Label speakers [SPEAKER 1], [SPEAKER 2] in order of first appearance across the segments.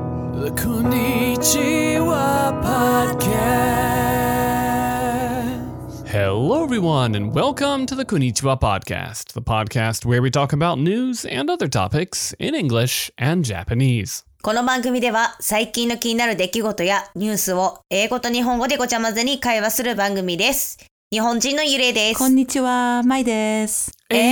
[SPEAKER 1] こんにちは、podcast. Hello, everyone, and welcome to the Konnichiwa Podcast, the podcast where we talk about news and other topics in English and Japanese.
[SPEAKER 2] この番組では最近の気になる出来事やニュースを英語と日本語でごちゃ混ぜに会話する番組です。日本人のゆれです。
[SPEAKER 3] こんにちは、まいです。
[SPEAKER 2] And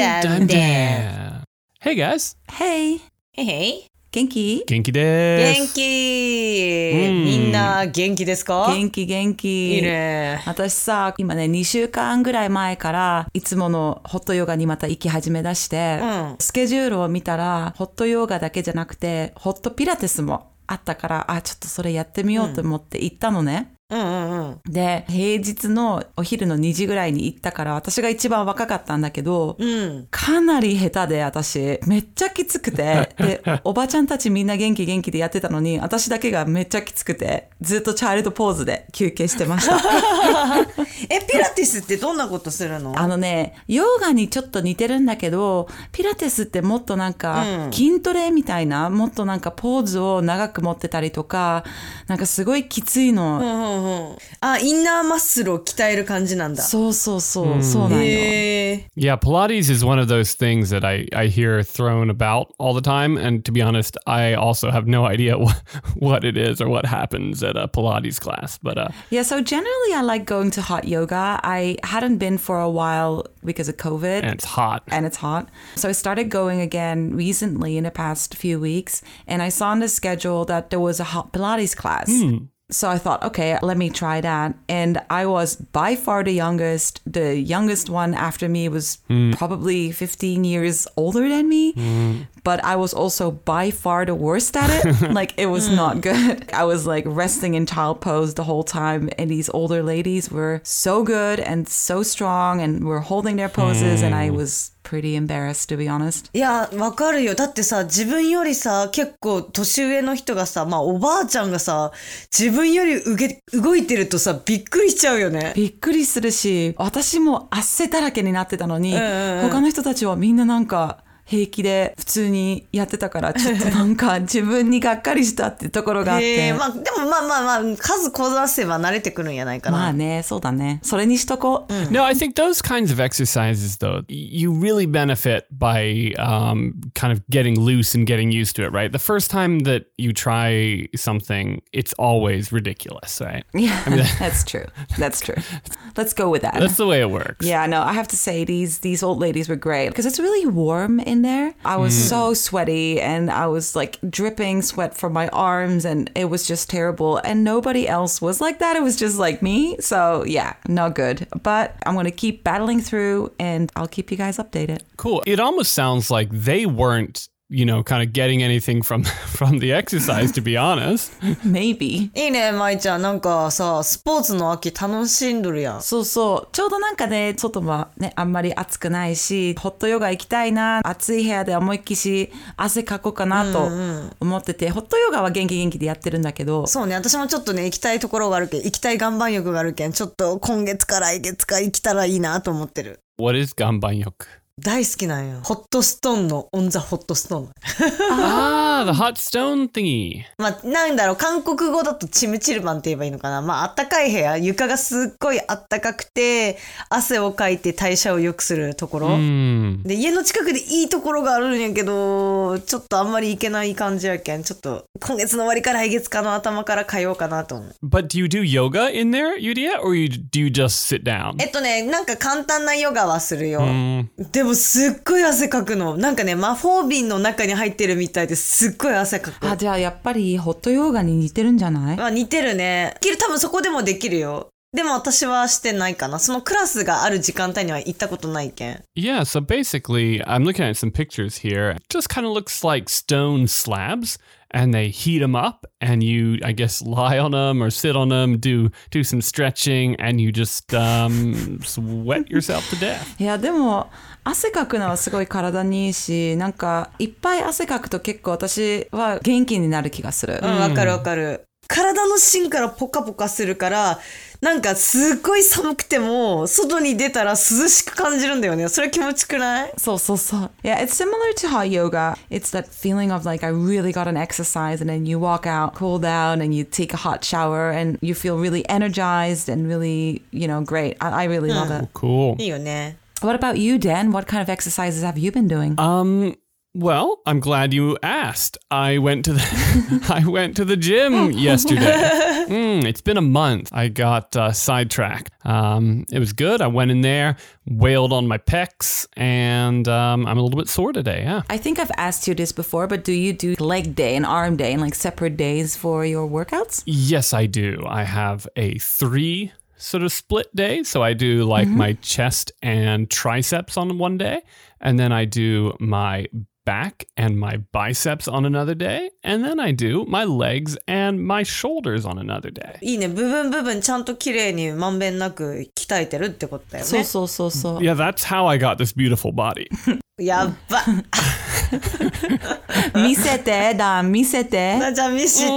[SPEAKER 2] I'm Dan.
[SPEAKER 1] Hey, guys.
[SPEAKER 3] Hey!
[SPEAKER 2] へいへい。
[SPEAKER 3] 元気
[SPEAKER 1] 元気で
[SPEAKER 2] 元
[SPEAKER 1] す。
[SPEAKER 2] 気、
[SPEAKER 1] うん
[SPEAKER 2] みんな元気ですか
[SPEAKER 3] 元気元気。
[SPEAKER 2] いいね。
[SPEAKER 3] 私さ、今ね、2週間ぐらい前から、いつものホットヨガにまた行き始めだして、
[SPEAKER 2] うん
[SPEAKER 3] スケジュールを見たら、ホットヨガだけじゃなくて、ホットピラティスもあったから、あ、ちょっとそれやってみようと思って行ったのね。
[SPEAKER 2] うんうんうん。
[SPEAKER 3] で、平日のお昼の2時ぐらいに行ったから、私が一番若かったんだけど、
[SPEAKER 2] うん。
[SPEAKER 3] かなり下手で私めっちゃきつ くてでおばちゃんたちみんな元気元気でやってたのに私だけがめっちゃきつくてずっとチャイルドポーズで休憩してました
[SPEAKER 2] え、ピラティスってどんなことするの
[SPEAKER 3] あのねヨガにちょっと似てるんだけどピラティスってもっとなん
[SPEAKER 2] う
[SPEAKER 3] か
[SPEAKER 2] ん
[SPEAKER 3] 筋トレみたいなもっとなんかポーズを長く持ってたりとかなんかすごいきついの、
[SPEAKER 2] うんうんうん。あ、インナーマッスルを鍛える感じなんだ。
[SPEAKER 3] そうそうそう、そうなんよ、
[SPEAKER 2] へえ
[SPEAKER 1] Yeah, Pilates is one of those things that I, I hear thrown about all the time. And to be honest, I also have no idea what, what it is or what happens at a Pilates class. But uh,
[SPEAKER 3] Yeah, so generally I like going to hot yoga. I hadn't been for a while because of COVID.
[SPEAKER 1] and it's hot.
[SPEAKER 3] and it's hot. So I started going again recently in the past few weeks, and I saw on the schedule that there was a hot Pilates class. So I thought, okay, let me try that. And I was by far the youngest. The youngest one after me was probably 15 years older than me. But I was also by far the worst at it. like, it was not good. I was like resting in child pose the whole time. And these older ladies were so good and so strong and were holding their poses. And I was pretty embarrassed, to be honest.
[SPEAKER 2] いや、わかるよ。だってさ、自分よりさ、結構年上の人がさ、まあおばあちゃんがさ、自分よりうげ動いてるとさ、びっくりしちゃうよね。
[SPEAKER 3] びっくりするし私も汗だらけになってたのに、他の人たちはみんななんか平気で普通にやってたからちょっとなんか自分にがっかりしたってところがあ
[SPEAKER 2] へ
[SPEAKER 3] って、
[SPEAKER 2] え
[SPEAKER 3] ま
[SPEAKER 2] まあ、でもまあまあまあ、数こなせば慣れてくるんやないか
[SPEAKER 3] あ、
[SPEAKER 2] な。
[SPEAKER 3] ねそうだねそれにしとこう、
[SPEAKER 1] No, I think those kinds of exercises, though, y- you really benefit by um, kind of getting loose and getting used to it, right? The first time that you try something, it's always ridiculous, right?
[SPEAKER 3] Yeah, that's true that's true let's go with that
[SPEAKER 1] That's the way it works.
[SPEAKER 3] Yeah, no, I have to say these these old ladies were great because it's really warm in there. I was so sweaty and I was like dripping sweat from my arms and it was just terrible. And nobody else was like that. It was just like me. So yeah, not good. But I'm gonna keep battling through and I'll keep you guys updated.
[SPEAKER 1] Cool. It almost sounds like they weren't, you know, kind of getting anything from from the exercise, to be honest.
[SPEAKER 3] Maybe.
[SPEAKER 2] いいね、舞ちゃん。なんかさ、スポーツの秋楽しんどるやん。
[SPEAKER 3] そうそう。ちょうどなんかね、外もね、あんまり暑くないし、ホットヨガ行きたいな、暑い部屋で思いっきし汗かこうかなと思ってて、ホットヨガは元気元気でやってるんだけど、
[SPEAKER 2] そうね、私もちょっとね、行きたいところがあるけん、行きたい岩盤浴があるけん、ちょっと今月か来月か行きたらいいなと思ってる。
[SPEAKER 1] What is ganbanyok?
[SPEAKER 2] 大好きなんよ。ホットストーンの、オンザホットストーン。
[SPEAKER 1] Ah, the hot stone thingy.
[SPEAKER 2] まあ、なんだろう、韓国語だとチムチルバンって言えばいいのかな。まあ、あったかい部屋、床がすっごいあったかくて、汗をかいて代謝を良くするところ。
[SPEAKER 1] Hmm.
[SPEAKER 2] で、家の近くでいいところがあるんやけど、ちょっとあんまり行けない感じやけん、ちょっと今月の終わりから来月かの頭から通おうかなと思う。
[SPEAKER 1] But do you do yoga in there, Yudia, or you do you just sit down?
[SPEAKER 2] えっとね、なんか簡単なヨガはするよ。
[SPEAKER 1] Mm.
[SPEAKER 2] でもすっごい汗かくの。なんかね、魔法瓶の中に入ってるみたいですっごい汗かく。
[SPEAKER 3] あ、じゃあやっぱりホットヨガに似てるんじゃない
[SPEAKER 2] まあ似てるね。できる、多分そこでもできるよ。でも私はしてないかな。そのクラスがある時間帯には行ったことないけん。
[SPEAKER 1] Yeah, so basically, I'm looking at some pictures here. It just kind of looks like stone slabs, and they heat them up, and you, I guess, lie on them or sit on them, do do some stretching, and you just um, sweat yourself to death.
[SPEAKER 3] いやでも汗かくのはすごい体にいいしなんかいっぱい汗かくと結構私は元気になる気がする、
[SPEAKER 2] うん、わかるわかる。体の芯からポカポカするから、なんかすっごい寒くても、外に出たら涼しく感じるんだよね。それ気持ちくない
[SPEAKER 3] So, so, so. Yeah, it's similar to hot yoga. It's that feeling of like, I really got an exercise, and then you walk out, cool down, and you take a hot shower, and you feel really energized and really, you know, great. I, I really love it.
[SPEAKER 1] Cool.
[SPEAKER 2] いいよね。
[SPEAKER 3] What about you, Dan? What kind of exercises have you been doing?
[SPEAKER 1] Um. Well, I'm glad you asked. I went to the I went to the gym yesterday. Mm, it's been a month. I got uh, sidetracked. Um, it was good. I went in there, wailed on my pecs, and um, I'm a little bit sore today. Yeah.
[SPEAKER 3] I think I've asked you this before, but do you do leg day and arm day and like separate days for your workouts?
[SPEAKER 1] Yes, I do. I have a three sort of split day. So I do like my chest and triceps on one day, and then I do my back and my biceps on another day, and then I do my legs and my shoulders on another day.
[SPEAKER 2] いいね。部分部分ちゃんと綺麗にまんべんなく鍛えてるってことだよ
[SPEAKER 3] So,
[SPEAKER 2] ね。
[SPEAKER 3] so, so, so.
[SPEAKER 1] Yeah, that's how I got this beautiful body.
[SPEAKER 2] やっ ば。
[SPEAKER 3] Misete, Dan, misete.
[SPEAKER 2] なちゃん見して。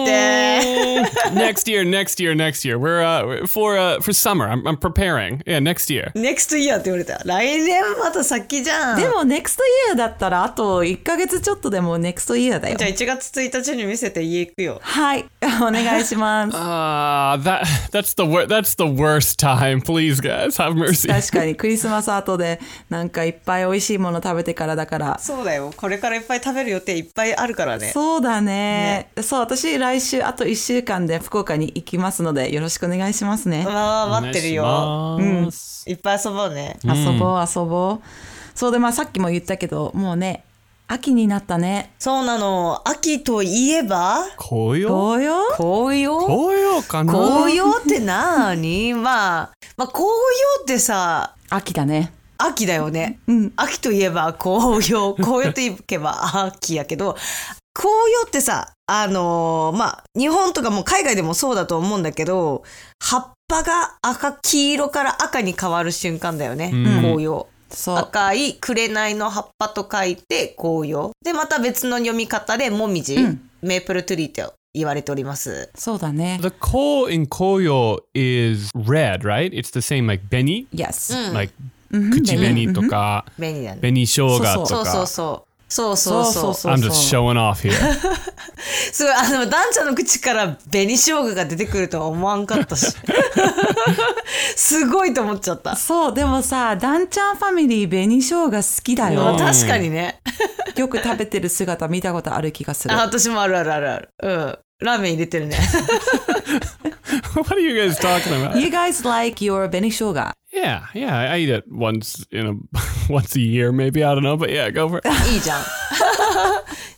[SPEAKER 1] Oh, next year, next year, next year. We're uh, for uh, for summer. I'm, I'm preparing. Yeah, next year.
[SPEAKER 2] next year って言われた。来年また先じゃん。
[SPEAKER 3] でも、ネクストイヤーだったら、あと1ヶ月ちょっとでもネクストイヤーだよ
[SPEAKER 2] じ。ゃあ1月1日に見せて家行くよ。
[SPEAKER 3] はい、 お願い します。
[SPEAKER 1] Ah, that that's the wor- that's the worst time. Please, guys, have mercy.
[SPEAKER 3] 確かにクリスマス後でなんかいっぱい美味しいもの食べてからだから。
[SPEAKER 2] そうだよ。これからいっぱい食べる予定いっぱいあるからね。
[SPEAKER 3] そうだねそう、私来週あと1週間で福岡に行きますのでよろしくお願いしますね。
[SPEAKER 2] まあ、待ってるよ。
[SPEAKER 1] お願いします。
[SPEAKER 2] いっぱい遊ぼうね。
[SPEAKER 3] 遊ぼう遊ぼう。そうでまあさっきも言ったけど、もうね、秋になったね。
[SPEAKER 2] そうなの。秋といえば、
[SPEAKER 1] 紅葉？
[SPEAKER 3] 紅葉
[SPEAKER 2] 紅葉
[SPEAKER 1] 紅葉かな？
[SPEAKER 2] 紅葉ってなーにまあ、まあ、紅葉ってさ、
[SPEAKER 3] 秋だね。
[SPEAKER 2] 秋だよね。秋といえば紅 葉。紅葉といえば秋やけど、紅葉ってさ、あのーまあ、日本とかも海外でもそうだと思うんだけど、葉っぱが赤、黄色から赤に変わる瞬間だよね。紅葉。
[SPEAKER 3] そう。
[SPEAKER 2] 赤い紅の葉っぱと書いて紅葉。で、また別の読み方でもみじ、メープルトゥリーと言われております。
[SPEAKER 3] そうだね。
[SPEAKER 1] The ko in koyo is red, right? It's the same like beni,
[SPEAKER 3] Yes.
[SPEAKER 1] like kuchi beni toka,
[SPEAKER 2] 便利だね。
[SPEAKER 1] beni shoga
[SPEAKER 2] そうそうそう。そうそうそう。
[SPEAKER 3] そうそうそう。
[SPEAKER 1] I'm just showing off here.
[SPEAKER 2] すごい、あの、ダンちゃんの口から紅生姜が出てくるとは思わんかった し。すごいと思っちゃった。
[SPEAKER 3] そう、でもさ、ダンちゃんファミリー紅生姜好きだ
[SPEAKER 2] ま
[SPEAKER 3] よ
[SPEAKER 2] あ。確かにね。
[SPEAKER 3] よく食べてる姿見たことある気がする
[SPEAKER 2] あ。私もあるあるあるある。うん。ラーメン入れてる ね。
[SPEAKER 1] what are you guys talking about?
[SPEAKER 3] You guys like your Benny Shoga.
[SPEAKER 1] Yeah, yeah, I eat it once in a once a year, maybe I don't know, but yeah, go for it.
[SPEAKER 2] いいじゃ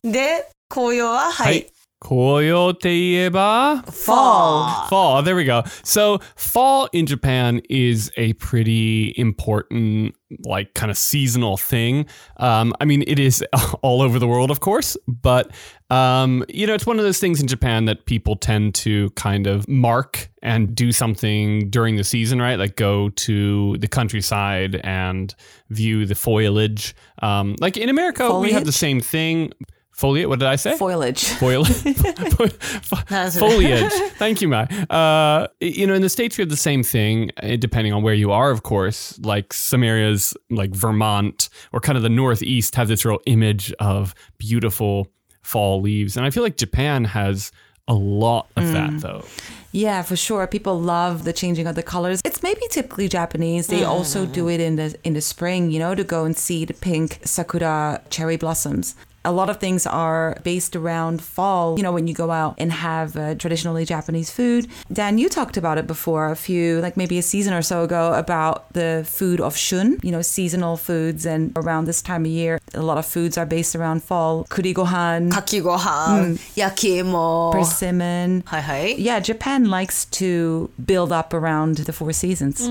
[SPEAKER 2] ん。で、紅葉は、はい。
[SPEAKER 1] Koyo
[SPEAKER 2] フォー。
[SPEAKER 1] Fall. There we go. So fall in Japan is a pretty important, like, kind of seasonal thing. Um, I mean, it is all over the world, of course, but um, you know, it's one of those things in Japan that people tend to kind of mark and do something during the season, right? Like go to the countryside and view the foliage. Um, like in America, we have the
[SPEAKER 3] Foliage?
[SPEAKER 1] same thing. Foliate. What did I say?
[SPEAKER 3] Foliage.
[SPEAKER 1] Foil- fo- fo-
[SPEAKER 2] That's right.
[SPEAKER 1] foliage. Thank you, Mai. Uh, you know, in the states we have the same thing, eh, depending on where you are, of course. Like some areas, like Vermont or kind of the Northeast, have this real image of beautiful fall leaves, and I feel like Japan has a lot of
[SPEAKER 2] Mm.
[SPEAKER 1] that, though.
[SPEAKER 3] Yeah, for sure. People love the changing of the colors. It's maybe typically Japanese. They also do it in the in the spring, you know, to go and see the pink sakura cherry blossoms. A lot of things are based around fall, you know, when you go out and have uh, traditionally Japanese food. Dan, you talked about it before a few, like maybe a season or so ago, about the food of shun, you know, seasonal foods. And around this time of year, a lot of foods are based around fall. Kuri gohan,
[SPEAKER 2] かきご飯、焼き芋。
[SPEAKER 3] persimmon.
[SPEAKER 2] はいはい。
[SPEAKER 3] Yeah, Japan likes to build up around the four seasons.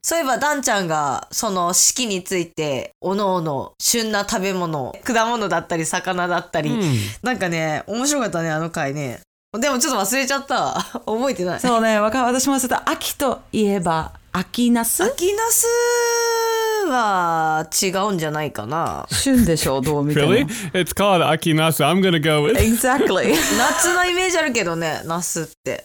[SPEAKER 2] そういえば、ダンちゃんが、その四季について、おのおの、旬な食べ物、果物だったり、魚だったり、なんかね、面白かったね、あの回ね。 でもちょっと忘れちゃったわ。覚えてない。
[SPEAKER 3] そうね、わか私もちょっと秋といえば秋ナス
[SPEAKER 2] 秋ナスは違うんじゃないかな。
[SPEAKER 3] 旬でしょどう見ても。
[SPEAKER 1] Really? It's called Akinasa. I'm going to go with.
[SPEAKER 3] Exactly.
[SPEAKER 2] 夏のイメージあるけどね、 ナスって。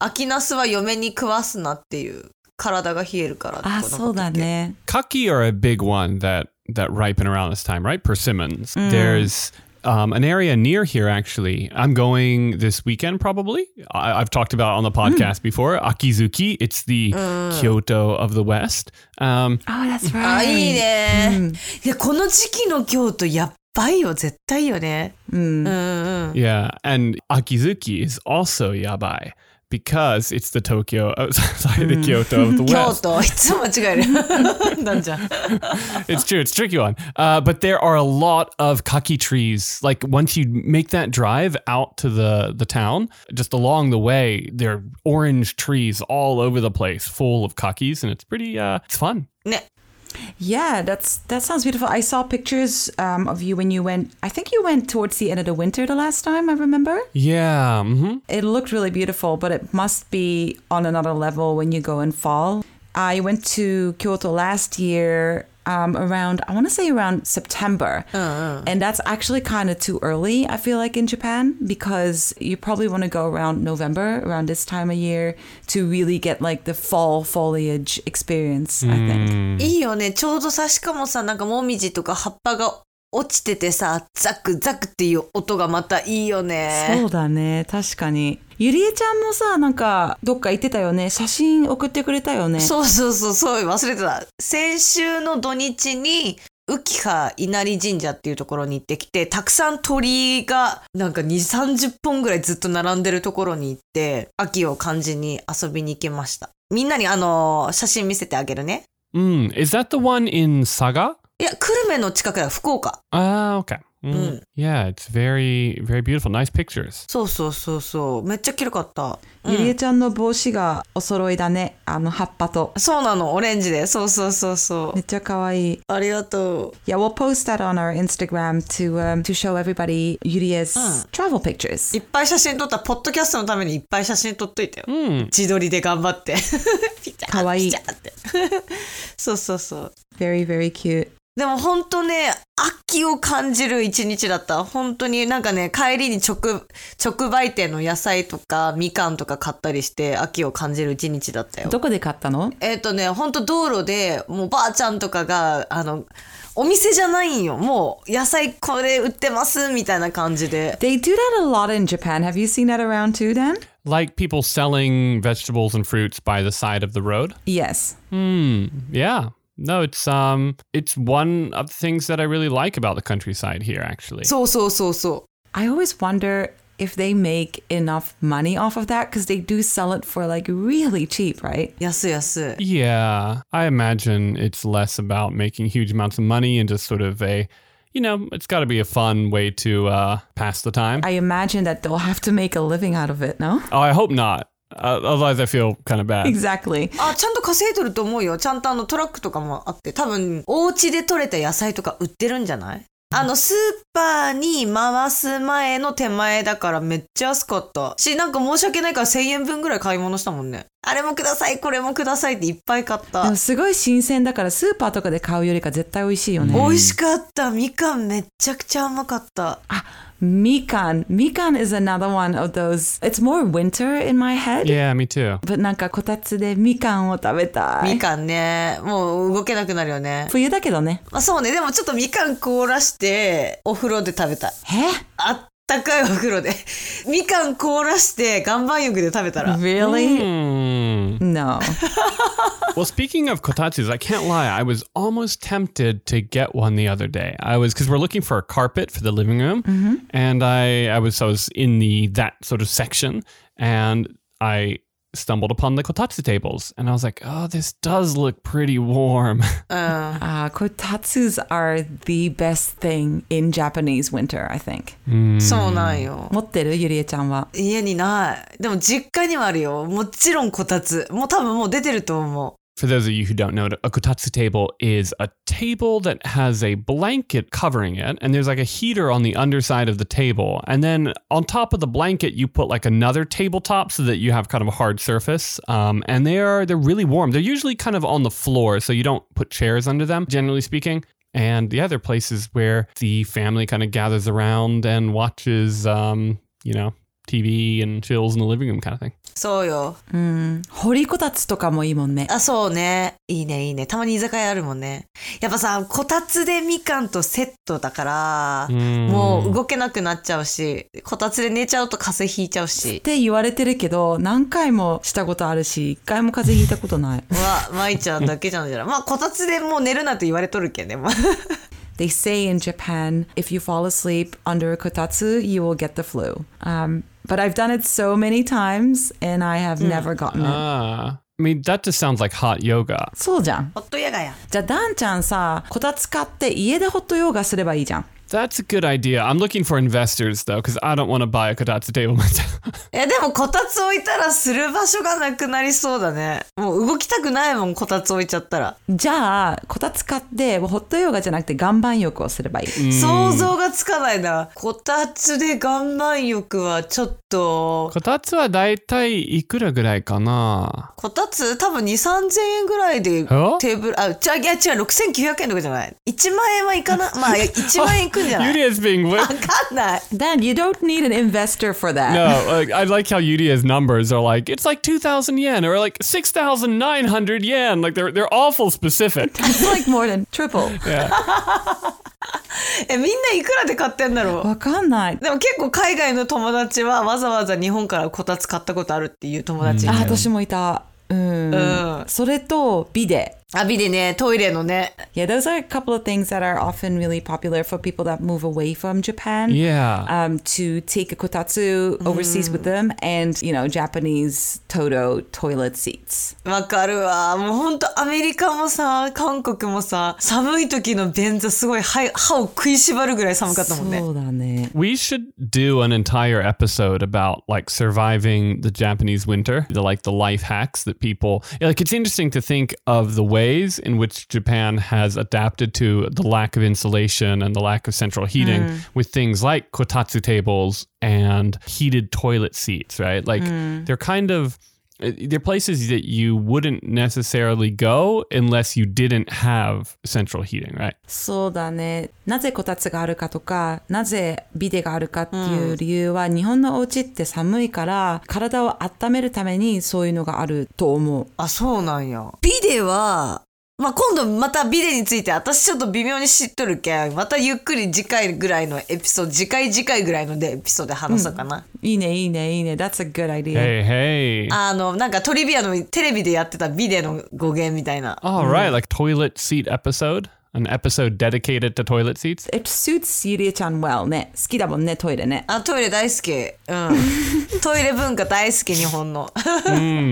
[SPEAKER 2] 秋ナスは嫁に食わすなっていう。体が冷えるからって
[SPEAKER 3] あ、
[SPEAKER 2] こと
[SPEAKER 3] そうだね。
[SPEAKER 1] Kaki are a big one that that ripen around this time, right? Persimmons. There's um, an area near here actually. I'm going this weekend probably. I, I've talked about it on the podcast before. Akizuki. It's the Kyoto of the West. Um,
[SPEAKER 3] Oh, that's
[SPEAKER 2] あ、
[SPEAKER 3] right.
[SPEAKER 2] いいね、いや、この時期の京都やばいよ、絶対よね。うん、うん、うん。
[SPEAKER 1] yeah, and Akizuki is also yabai because it's the Tokyo. Oh, sorry, the Kyoto of the
[SPEAKER 2] 京
[SPEAKER 1] West.
[SPEAKER 2] 都、いつも間違える。 なんじゃ。
[SPEAKER 1] it's true. It's a tricky one. Uh, but there are a lot of kaki trees. Like once you make that drive out to the the town, just along the way, there are orange trees all over the place, full of kakis, and it's pretty. Uh, it's fun.
[SPEAKER 2] ね。
[SPEAKER 3] Yeah, that's that sounds beautiful. I saw pictures um, of you when you went. I think you went towards the end of the winter the last time. I remember.
[SPEAKER 1] Yeah. hmm
[SPEAKER 3] It looked really beautiful, but it must be on another level when you go in fall. I went to Kyoto last year um, around, I want to say around September. And that's actually kind of too early, I feel like, in Japan, because you probably want to go around November, around this time of year, to really get like the fall foliage experience, I think.
[SPEAKER 2] いいよね。ちょうどさ、しかもさ、なんかもみじとか葉っぱが落ちててさ、ザクザクっていう音がまたいいよね。
[SPEAKER 3] そうだね、確かに。ゆりえちゃんもさ、なんか、どっか行ってたよね。写真送ってくれたよね。
[SPEAKER 2] そうそうそうそう、忘れてた。先週の土日に、浮葉稲荷神社っていうところに行ってきて、たくさん鳥居がなんか2、30本ぐらいずっと並んでるところに行って、秋を感じに遊びに行きました。みんなにあのー写真見せてあげるね。
[SPEAKER 1] Mm. Is that the one in Saga?
[SPEAKER 2] いや、久留米の近くだ、福岡。
[SPEAKER 1] Ah, okay. Mm.
[SPEAKER 2] Mm.
[SPEAKER 1] Yeah, it's very, very beautiful. Nice pictures.
[SPEAKER 2] そうそうそうそう。めっちゃ綺麗かった。うん
[SPEAKER 3] ゆりえちゃんの帽子がお揃いだね。あの葉っぱと。
[SPEAKER 2] そうなの、オレンジで。そうそうそうそう
[SPEAKER 3] め。っちゃ可愛い。
[SPEAKER 2] ありがとう。
[SPEAKER 3] Yeah, we'll post that on our Instagram to um, to show everybody Yurie's
[SPEAKER 2] うん
[SPEAKER 3] travel pictures.
[SPEAKER 2] いっぱい写真撮った、ポッドキャストのためにいっぱい写真撮っといたよ。
[SPEAKER 1] Mm.
[SPEAKER 2] 自撮りで頑張って。 ピチャー
[SPEAKER 3] かわいい
[SPEAKER 2] ピチャーって。 そうそうそう。
[SPEAKER 3] Very, very cute.
[SPEAKER 2] でも本当ね、秋を感じる一日だった。本当になんかね、帰りに直、直売店の野菜とかみかんとか買ったりして、秋を感じる一日だったよ。
[SPEAKER 3] どこで買ったの
[SPEAKER 2] えっ、とね、ほんと道路で、もうばあちゃんとかが、あの、お店じゃないんよ。もう、野菜これ売ってます、みたいな感じで。
[SPEAKER 3] They do that a lot in Japan. Have you seen that around too, Dan?
[SPEAKER 1] Like people selling vegetables and fruits by the side of the road.
[SPEAKER 3] Yes.
[SPEAKER 1] Hmm. Yeah. No, it's um, it's one of the things that I really like about the countryside here. Actually,
[SPEAKER 2] そうそうそうそう。
[SPEAKER 3] I always wonder if they make enough money off of that because they do sell it for like really cheap, right?
[SPEAKER 2] 安い安い。
[SPEAKER 1] yeah, I imagine it's less about making huge amounts of money and just sort of a, you know, it's got to be a fun way to uh, pass the time.
[SPEAKER 3] I imagine that they'll have to make a living out of it, no?
[SPEAKER 1] oh, I hope not. Uh, otherwise, I feel kind of bad.
[SPEAKER 3] Exactly.
[SPEAKER 2] あ、ちゃんと稼いとると思うよ。ちゃんとあのトラックとかもあって、多分、お家で採れた野菜とか売ってるんじゃないあの、スーパーに回す前の手前だからめっちゃ安かった。し、なんか申し訳ないから1000円分ぐらい買い物したもんね。あれもください、これもくださいっていっぱい買った
[SPEAKER 3] でも。すごい新鮮だからスーパーとかで買うよりか絶対美味しいよね。
[SPEAKER 2] 美味しかった。みかんめっちゃくちゃ甘かった。
[SPEAKER 3] Mikan. Mikan is another one of those. It's more winter in my head.
[SPEAKER 1] Yeah, me too.
[SPEAKER 3] But なんかこたつでみかんを食べたい。
[SPEAKER 2] みかんね。もう動けなくなるよね。
[SPEAKER 3] 冬だけどね。
[SPEAKER 2] まあそうね。でもちょっとみかん凍らして、お風呂で食べたい。
[SPEAKER 3] え
[SPEAKER 2] あったかいお風呂で。 みかん凍らして、岩盤浴で食べたら。
[SPEAKER 3] ?Really?
[SPEAKER 1] Hmm.
[SPEAKER 3] No.
[SPEAKER 1] well, speaking of kotatsus, I can't lie. I was almost tempted to get one the other day. I was because we're looking for a carpet for the living room, and I I was I was in the that sort of section, and I stumbled upon the kotatsu tables, and I was like, oh, this does look pretty warm.
[SPEAKER 2] うん。
[SPEAKER 3] Ah, kotatsus are the best thing in Japanese winter, I think.
[SPEAKER 2] Hmm. そうなんよ。
[SPEAKER 3] 持ってるゆりえちゃんは。
[SPEAKER 2] 家にない。でも実家にはあるよ。もちろんこたつ。もう多分もう出てると思
[SPEAKER 1] For those of you who don't know, a kotatsu table is a table that has a blanket covering it, and there's like a heater on the underside of the table. And then on top of the blanket, you put like another tabletop so that you have kind of a hard surface. Um, and they are they're really warm. They're usually kind of on the floor, so you don't put chairs under them, generally speaking. And the other places where the family kind of gathers around and watches, um, you know, TV and chills in the living room kind of thing.
[SPEAKER 2] そうよ。
[SPEAKER 3] 掘りこたつとかもいいもんね。
[SPEAKER 2] あ、そうね。いいね、いいね。たまに居酒屋あるもんね。やっぱさ、こたつでみかんとセットだから、
[SPEAKER 1] ん
[SPEAKER 2] もう動けなくなっちゃうし、こたつで寝ちゃうと風邪ひいちゃうし
[SPEAKER 3] っ。て言われてるけど、何回もしたことあるし、一回も風邪ひいたことない。
[SPEAKER 2] は、まいちゃんだけじゃんじゃない。まあ、こたつでもう寝るなんて言われとるけんね。まあ
[SPEAKER 3] They say in Japan, if you fall asleep under a kotatsu, you will get the flu. Um, but I've done it so many times and I have never gotten it.
[SPEAKER 1] Hmm. Ah, I mean that just sounds like hot yoga.
[SPEAKER 3] そうじゃん。
[SPEAKER 2] ホットヤガや。
[SPEAKER 3] じゃあ、ダンちゃんさ、こたつ買って家でホットヨガすればいいじゃん。
[SPEAKER 1] That's a good idea. I'm looking for investors though, because I don't want to buy a kotatsu table myself.
[SPEAKER 2] え、でもこたつ置いたらする場所がなくなりそうだね。もう動きたくないもん、こたつ置いちゃったら。
[SPEAKER 3] じゃあ、こたつ買って、ホットヨガじゃなくて岩盤浴をすればいい。
[SPEAKER 1] Hmm.
[SPEAKER 2] 想像がつかないな。こたつで岩盤浴はちょっと、
[SPEAKER 1] kotatsu wa daitai ikura gurai kana?
[SPEAKER 2] こたつ多分2、3000円ぐらいでテ
[SPEAKER 1] お
[SPEAKER 2] ーブル、あ、違う、いや違う、6900円とかじゃない。1万円はいか な、まあ1万円いくんじゃない
[SPEAKER 1] Yuria is being
[SPEAKER 2] わ
[SPEAKER 1] wi-
[SPEAKER 2] かんない。
[SPEAKER 3] Dan, you don't need an investor for that.
[SPEAKER 1] No, like, I like how Yuria's numbers are like it's like two thousand yen or like six thousand nine hundred yen. Like they're they're awful specific.
[SPEAKER 3] It's like more than triple.
[SPEAKER 2] え、みんないくらで買ってんだろう。
[SPEAKER 3] わかんない。
[SPEAKER 2] でも結構海外の友達はわざわざ日本からこたつ買ったことあるっていう友達い
[SPEAKER 3] あ、
[SPEAKER 2] る。
[SPEAKER 3] 私もいた。うん。
[SPEAKER 1] Uh.
[SPEAKER 2] うん
[SPEAKER 3] それと、ビデ。
[SPEAKER 2] アビでね、トイレのね、
[SPEAKER 3] Yeah, those are a couple of things that are often really popular for people that move away from Japan.
[SPEAKER 1] Yeah.
[SPEAKER 3] Um, to take a kotatsu overseas with them and, you know, Japanese Toto toilet seats.
[SPEAKER 2] わかるわ。もうほんとアメリカもさ、韓国もさ、寒い時の便座すごい歯歯を食いしばるぐらい寒かったもんね。
[SPEAKER 1] We should do an entire episode about like surviving the Japanese winter, the like the life hacks that people like it's interesting to think of the ways in which Japan has adapted to the lack of insulation and the lack of central heating with things like kotatsu tables and heated toilet seats, right? Like they're kind of uh, they're places that you wouldn't necessarily go unless you didn't have central heating, right?
[SPEAKER 3] そうだね。なぜこたつがあるかとか、なぜビデがあるかっていう理由は、日本のお家って寒いから、体を温めるためにそういうのがあると思う。
[SPEAKER 2] あ、そうなんや。ビデは、まあ、今度またビデについて私ちょっと微妙に知っとるけん、またゆっくり次回ぐらいのエピソード、次回次回ぐらいのでエピソードで話そうかな。
[SPEAKER 3] いいね、いいね、いいね。That's a good idea.
[SPEAKER 1] Hey, hey.
[SPEAKER 2] あの、なんかトリビアのテレビでやってたビデの語源みたいな。
[SPEAKER 1] All right, like toilet seat episode, an episode dedicated to toilet seats.
[SPEAKER 3] It suits ゆりえちゃん well ね。好きだもんね、トイレね。
[SPEAKER 2] あ、トイレ大好き。 うん。トイレ文化大好き、日本の。
[SPEAKER 1] Hmm.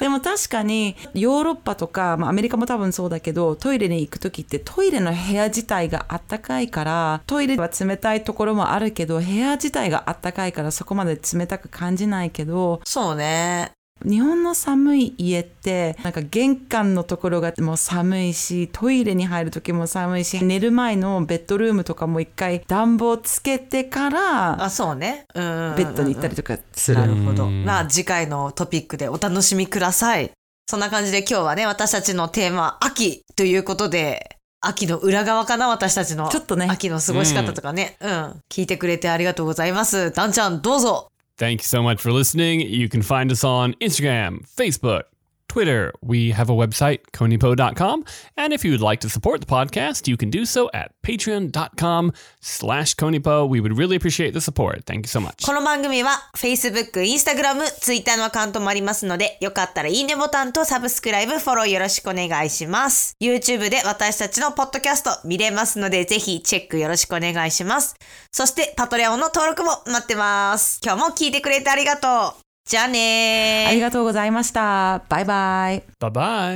[SPEAKER 3] でも確かにヨーロッパとか、まあ、アメリカも多分そうだけどトイレに行く時ってトイレの部屋自体があったかいからトイレは冷たいところもあるけど部屋自体があったかいからそこまで冷たく感じないけど
[SPEAKER 2] そうね。
[SPEAKER 3] 日本の寒い家ってなんか玄関のところがもう寒いしトイレに入る時も寒いし寝る前のベッドルームとかも一回暖房つけてから
[SPEAKER 2] あ、そうね。うん。
[SPEAKER 3] ベッドに行ったりとかする
[SPEAKER 2] な。るほど。まあ次回のトピックでお楽しみください。そんな感じで今日はね、私たちのテーマ、秋ということで、秋の裏側かな、私たちの。
[SPEAKER 3] ちょっとね
[SPEAKER 2] 秋の過ごし方とかね。うん、聞いてくれてありがとうございます。ダンちゃん、どうぞ。
[SPEAKER 1] Thank you so much for listening. You can find us on Instagram, Facebook, Twitter. We have a website, konipo.com. And if you would like to support the podcast, you can do so at patreon.com slash konipo. We would really appreciate the support. Thank you so much.
[SPEAKER 2] この番組は Facebook、Instagram、Twitter のアカウントもありますので、よかったらいいねボタンとサブスクライブ、フォローよろしくお願いします。YouTube で私たちのポッドキャスト見れますので、ぜひチェックよろしくお願いします。そして、パトレオンの登録も待ってます。今日も聞いてくれてありがとう。じゃあねー。
[SPEAKER 3] ありがとうございました。バイバイ。
[SPEAKER 1] Bye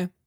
[SPEAKER 1] bye.